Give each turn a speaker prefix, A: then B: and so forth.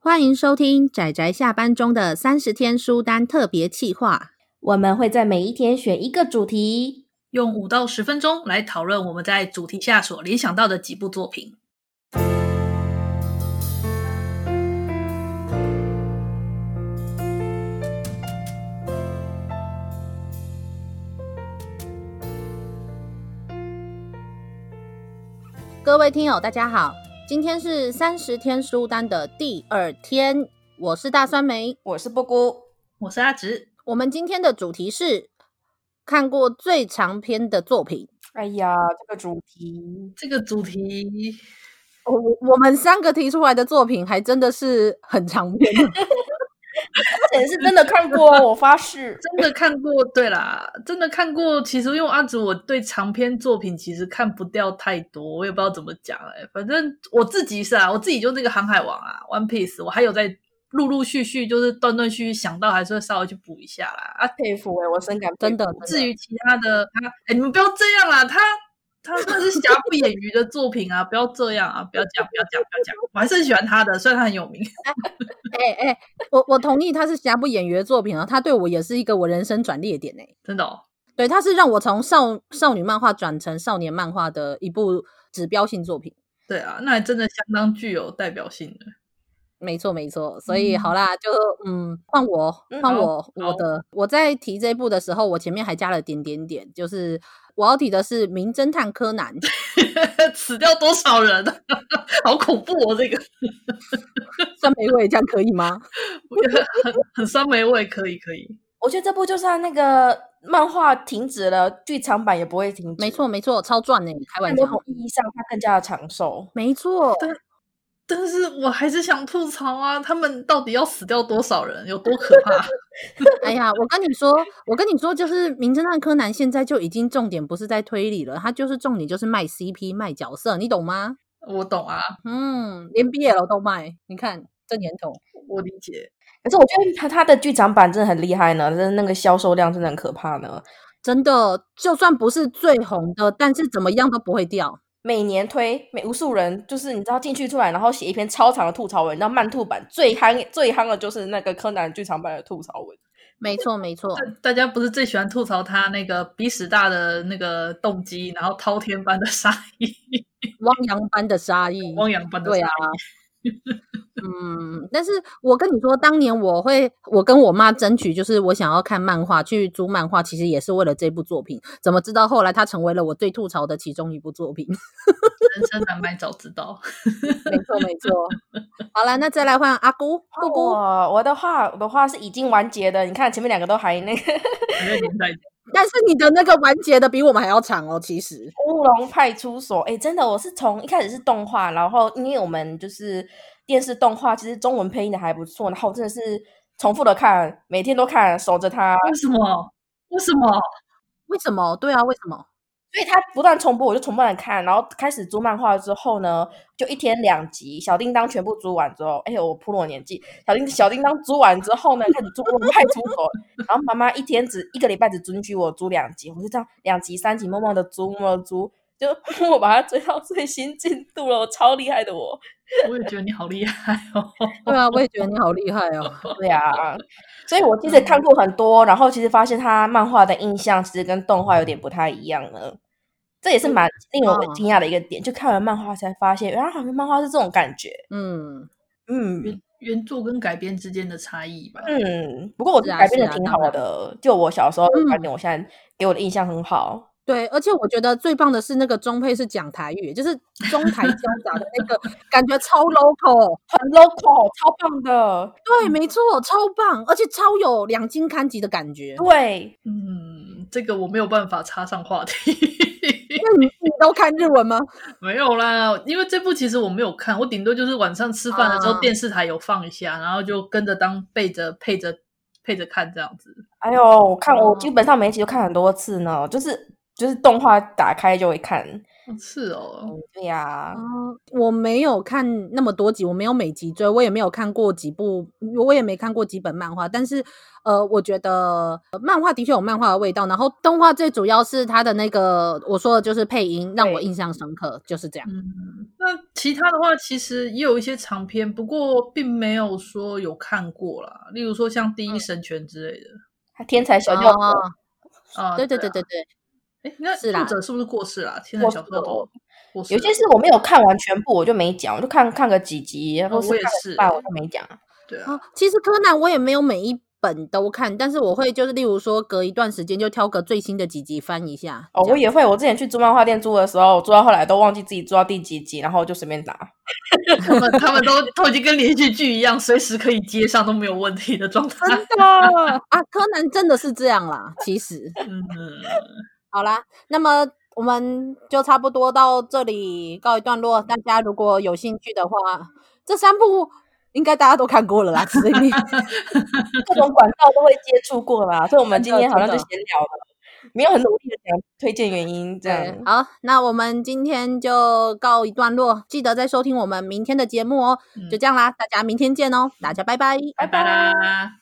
A: 欢迎收听仔仔下班中的三十天书单特别企划。
B: 我们会在每一天选一个主题。
C: 用五到十分钟来讨论我们在主题下所联想到的几部作品。
A: 各位听友，大家好，今天是三十天书单的第二天，我是大酸梅。
B: 我是布姑，
C: 我是阿直，
A: 我们今天的主题是看过最长篇的作品。
B: 哎呀，这个主题
C: 这个主题
A: 哦我我们三个提出来的作品，还真的是很长篇。
B: 而且是真的看过哦，我发誓。
C: 真的看过，对啦，真的看过。其实因为阿紫，我对长篇作品其实看不掉太多，我也不知道怎么讲哎、反正我自己是啊，我自己就那个《航海王》啊，《One Piece》，我还有在陆陆续续就是断断续续想到，还是会稍微去补一下啦。啊，
B: 佩服哎、我深感
A: 真的
B: 佩服
C: 至于其他的，他哎，你们不要这样啦，他他那是瑕不掩瑜的作品啊，不要这样啊，不要讲，不要讲，不要讲，我还是很喜欢他的，虽然他很有名。
A: 哎哎、我我同意，他是瑕不掩瑜的作品啊，他对我也是一个我人生转捩点哎、
C: 真的、哦，
A: 对，他是让我从少少女漫画转成少年漫画的一部指标性作品。
C: 对啊，那还真的相当具有代表性的。
A: 没错，没错。所以
C: 嗯
A: 好啦，就嗯，换我
B: 嗯，
A: 换
B: 好
A: 我，我
C: 好
A: 的。我在提这一部的时候，我前面还加了点点点，就是我要提的是《名侦探柯南》。
C: 死掉多少人？啊 好恐怖哦！这个
A: 酸梅味这样可以吗？
C: 很很酸梅味，可以可以。
B: 我觉得这部就算那个漫画停止了，剧场版也不会停止。
A: 没错，，没错，超赚呢、开
B: 在
A: 玩
B: 某
A: 笑。
B: 种意义上，它更加的长寿。
A: 没错，
C: 但是我还是想吐槽啊，他们到底要死掉多少人？有多可怕？
A: 哎呀，我跟你说，我跟你说，就是《名侦探柯南》现在就已经重点不是在推理了，它就是重点就是卖 CP、卖角色，你懂吗？
C: 我懂啊，
A: 嗯，连 BL 都卖，你看这年头。
C: 我理解。
B: 可是我觉得它它的剧场版真的很厉害呢，真的那个销售量真的很可怕呢。
A: 真的，就算不是最红的，但是怎么样都不会掉。
B: 每年推每无数人，就是你知道进去出来，然后写一篇超长的吐槽文，你知道慢吐版最夯最夯的就是那个柯南剧场版的吐槽文。
A: 没错，没错，
C: 大家不是最喜欢吐槽他那个鼻屎大的那个动机，然后滔天般的杀意，
A: 汪洋般的杀 意。
C: 汪洋般的
A: 对
C: 杀意。
A: 啊，嗯，但是我跟你说，当年我会，我跟我妈争取，就是我想要看漫画，去租漫画，其实也是为了这部作品。怎么知道后来它成为了我最吐槽的其中一部作品？
C: 人生难买早知道。
A: 没错，哦没错。好了，那再来换阿姑、姑姑。
B: 哦我我的话，我的话是已经完结的。你看前面两个都还那个
C: 还在连载
A: 但是你的那个完结的比我们还要长哦，其实。
B: 乌龙派出所，哎，真的，我是从一开始是动画，然后因为我们就是电视动画，其实中文配音的还不错，然后我真的是重复的看，每天都看，守着它，
C: 为什么？为什么？
A: 为什么？对啊，为什么？
B: 所以它不断重播，我就重播来看，然后开始租漫画之后呢，就一天两集，小叮当全部租完之后，哎呦，我扑了我年纪，小叮小叮当租完之后呢，开始租乌龙派出所，然后妈妈一天只一个礼拜只准许我租两集，我就这样两集三集默默的租，默默的租，就 我把它追到最新进度了，我超厉害的我，
C: 我也觉得你好厉害哦。
A: 对啊，我也觉得你好厉害哦。
B: 对啊，所以我其实
A: 嗯
B: 看过很多，然后其实发现他漫画的印象其实跟动画有点不太一样呢。这也是蛮令我
A: 嗯
B: 惊讶的一个点，就看完漫画才发现，原来好像漫画是这种感觉。
A: 嗯，
B: 嗯
C: 原原作跟改编之间的差异吧。
B: 嗯，不过我
A: 是啊
B: 改编
A: 是啊
B: 的挺
A: 当
B: 好
A: 然
B: 的，就我小时候的
A: 嗯
B: 观点，我现在给我的印象很好。
A: 对，而且我觉得最棒的是那个中配是讲台语，就是中台交杂的那个感觉超 local。
B: 很 local，超棒的，
A: 对，没错，超棒，而且超有两金刊集的感觉。
B: 对，
C: 嗯，这个我没有办法插上话题。
A: 那你你都看日文吗？
C: 没有啦，因为这部其实我没有看，我顶多就是晚上吃饭的时候
A: 啊
C: 电视台有放一下，然后就跟着当背着配着配着看这样子。
B: 哎呦，我看我
A: 嗯
B: 基本上每一集都看很多次呢，就是就是动画打开就会看，
C: 是哦，
B: 对呀、
A: 哦，我没有看那么多集，我没有每集追，我也没有看过几部，嗯我也没看过几本漫画。但是，呃，我觉得呃漫画的确有漫画的味道。然后动画最主要是它的那个，我说的就是配音让我
B: 对
A: 印象深刻，就是这样。
C: 嗯，那其他的话其实也有一些长篇，不过并没有说有看过啦。例如说像《第一神拳》之类的
B: 天才小教
A: 哦
B: 头，，
C: 啊，
A: 对对对
C: 啊，
A: 对对，
C: 哎，那
A: 是啦
C: 作者是不是过世啦？天才啊
B: 过世
C: 小说
B: 了
C: 头过世
B: 有
C: 了，
B: 些是我没有看完全部，我就没讲，我就看看个几集，或
C: 哦
B: 是
C: 我也
B: 看
C: 是
B: 了半我就没讲。
C: 对啊
A: 哦，，其实柯南我也没有每一本都看，但是我会就是例如说隔一段时间就挑个最新的几集翻一下。
B: 哦，
A: 这
B: 我
A: 样
B: 也会，我之前去租漫画店租的时候，我租到后来都忘记自己租到第几集，然后我就 随便拿。
C: 他们他们都都已经跟连续剧一样，随时可以接上都没有问题的状态。
A: 啊，柯南真的是这样啦，其实。
C: 嗯，
A: 好啦，那么我们就差不多到这里告一段落。大家如果有兴趣的话，这三部应该大家都看过了啦，所以
B: 各种管道都会接触过啦，所以我们今
A: 真的
B: 天好像就
A: 真
B: 闲
A: 的
B: 聊了，没有很努力的讲推荐原因这样。
A: 对，好，那我们今天就告一段落，记得再收听我们明天的节目哦。就
C: 嗯
A: 这样啦，大家明天见哦，大家拜拜。
C: 拜拜啦。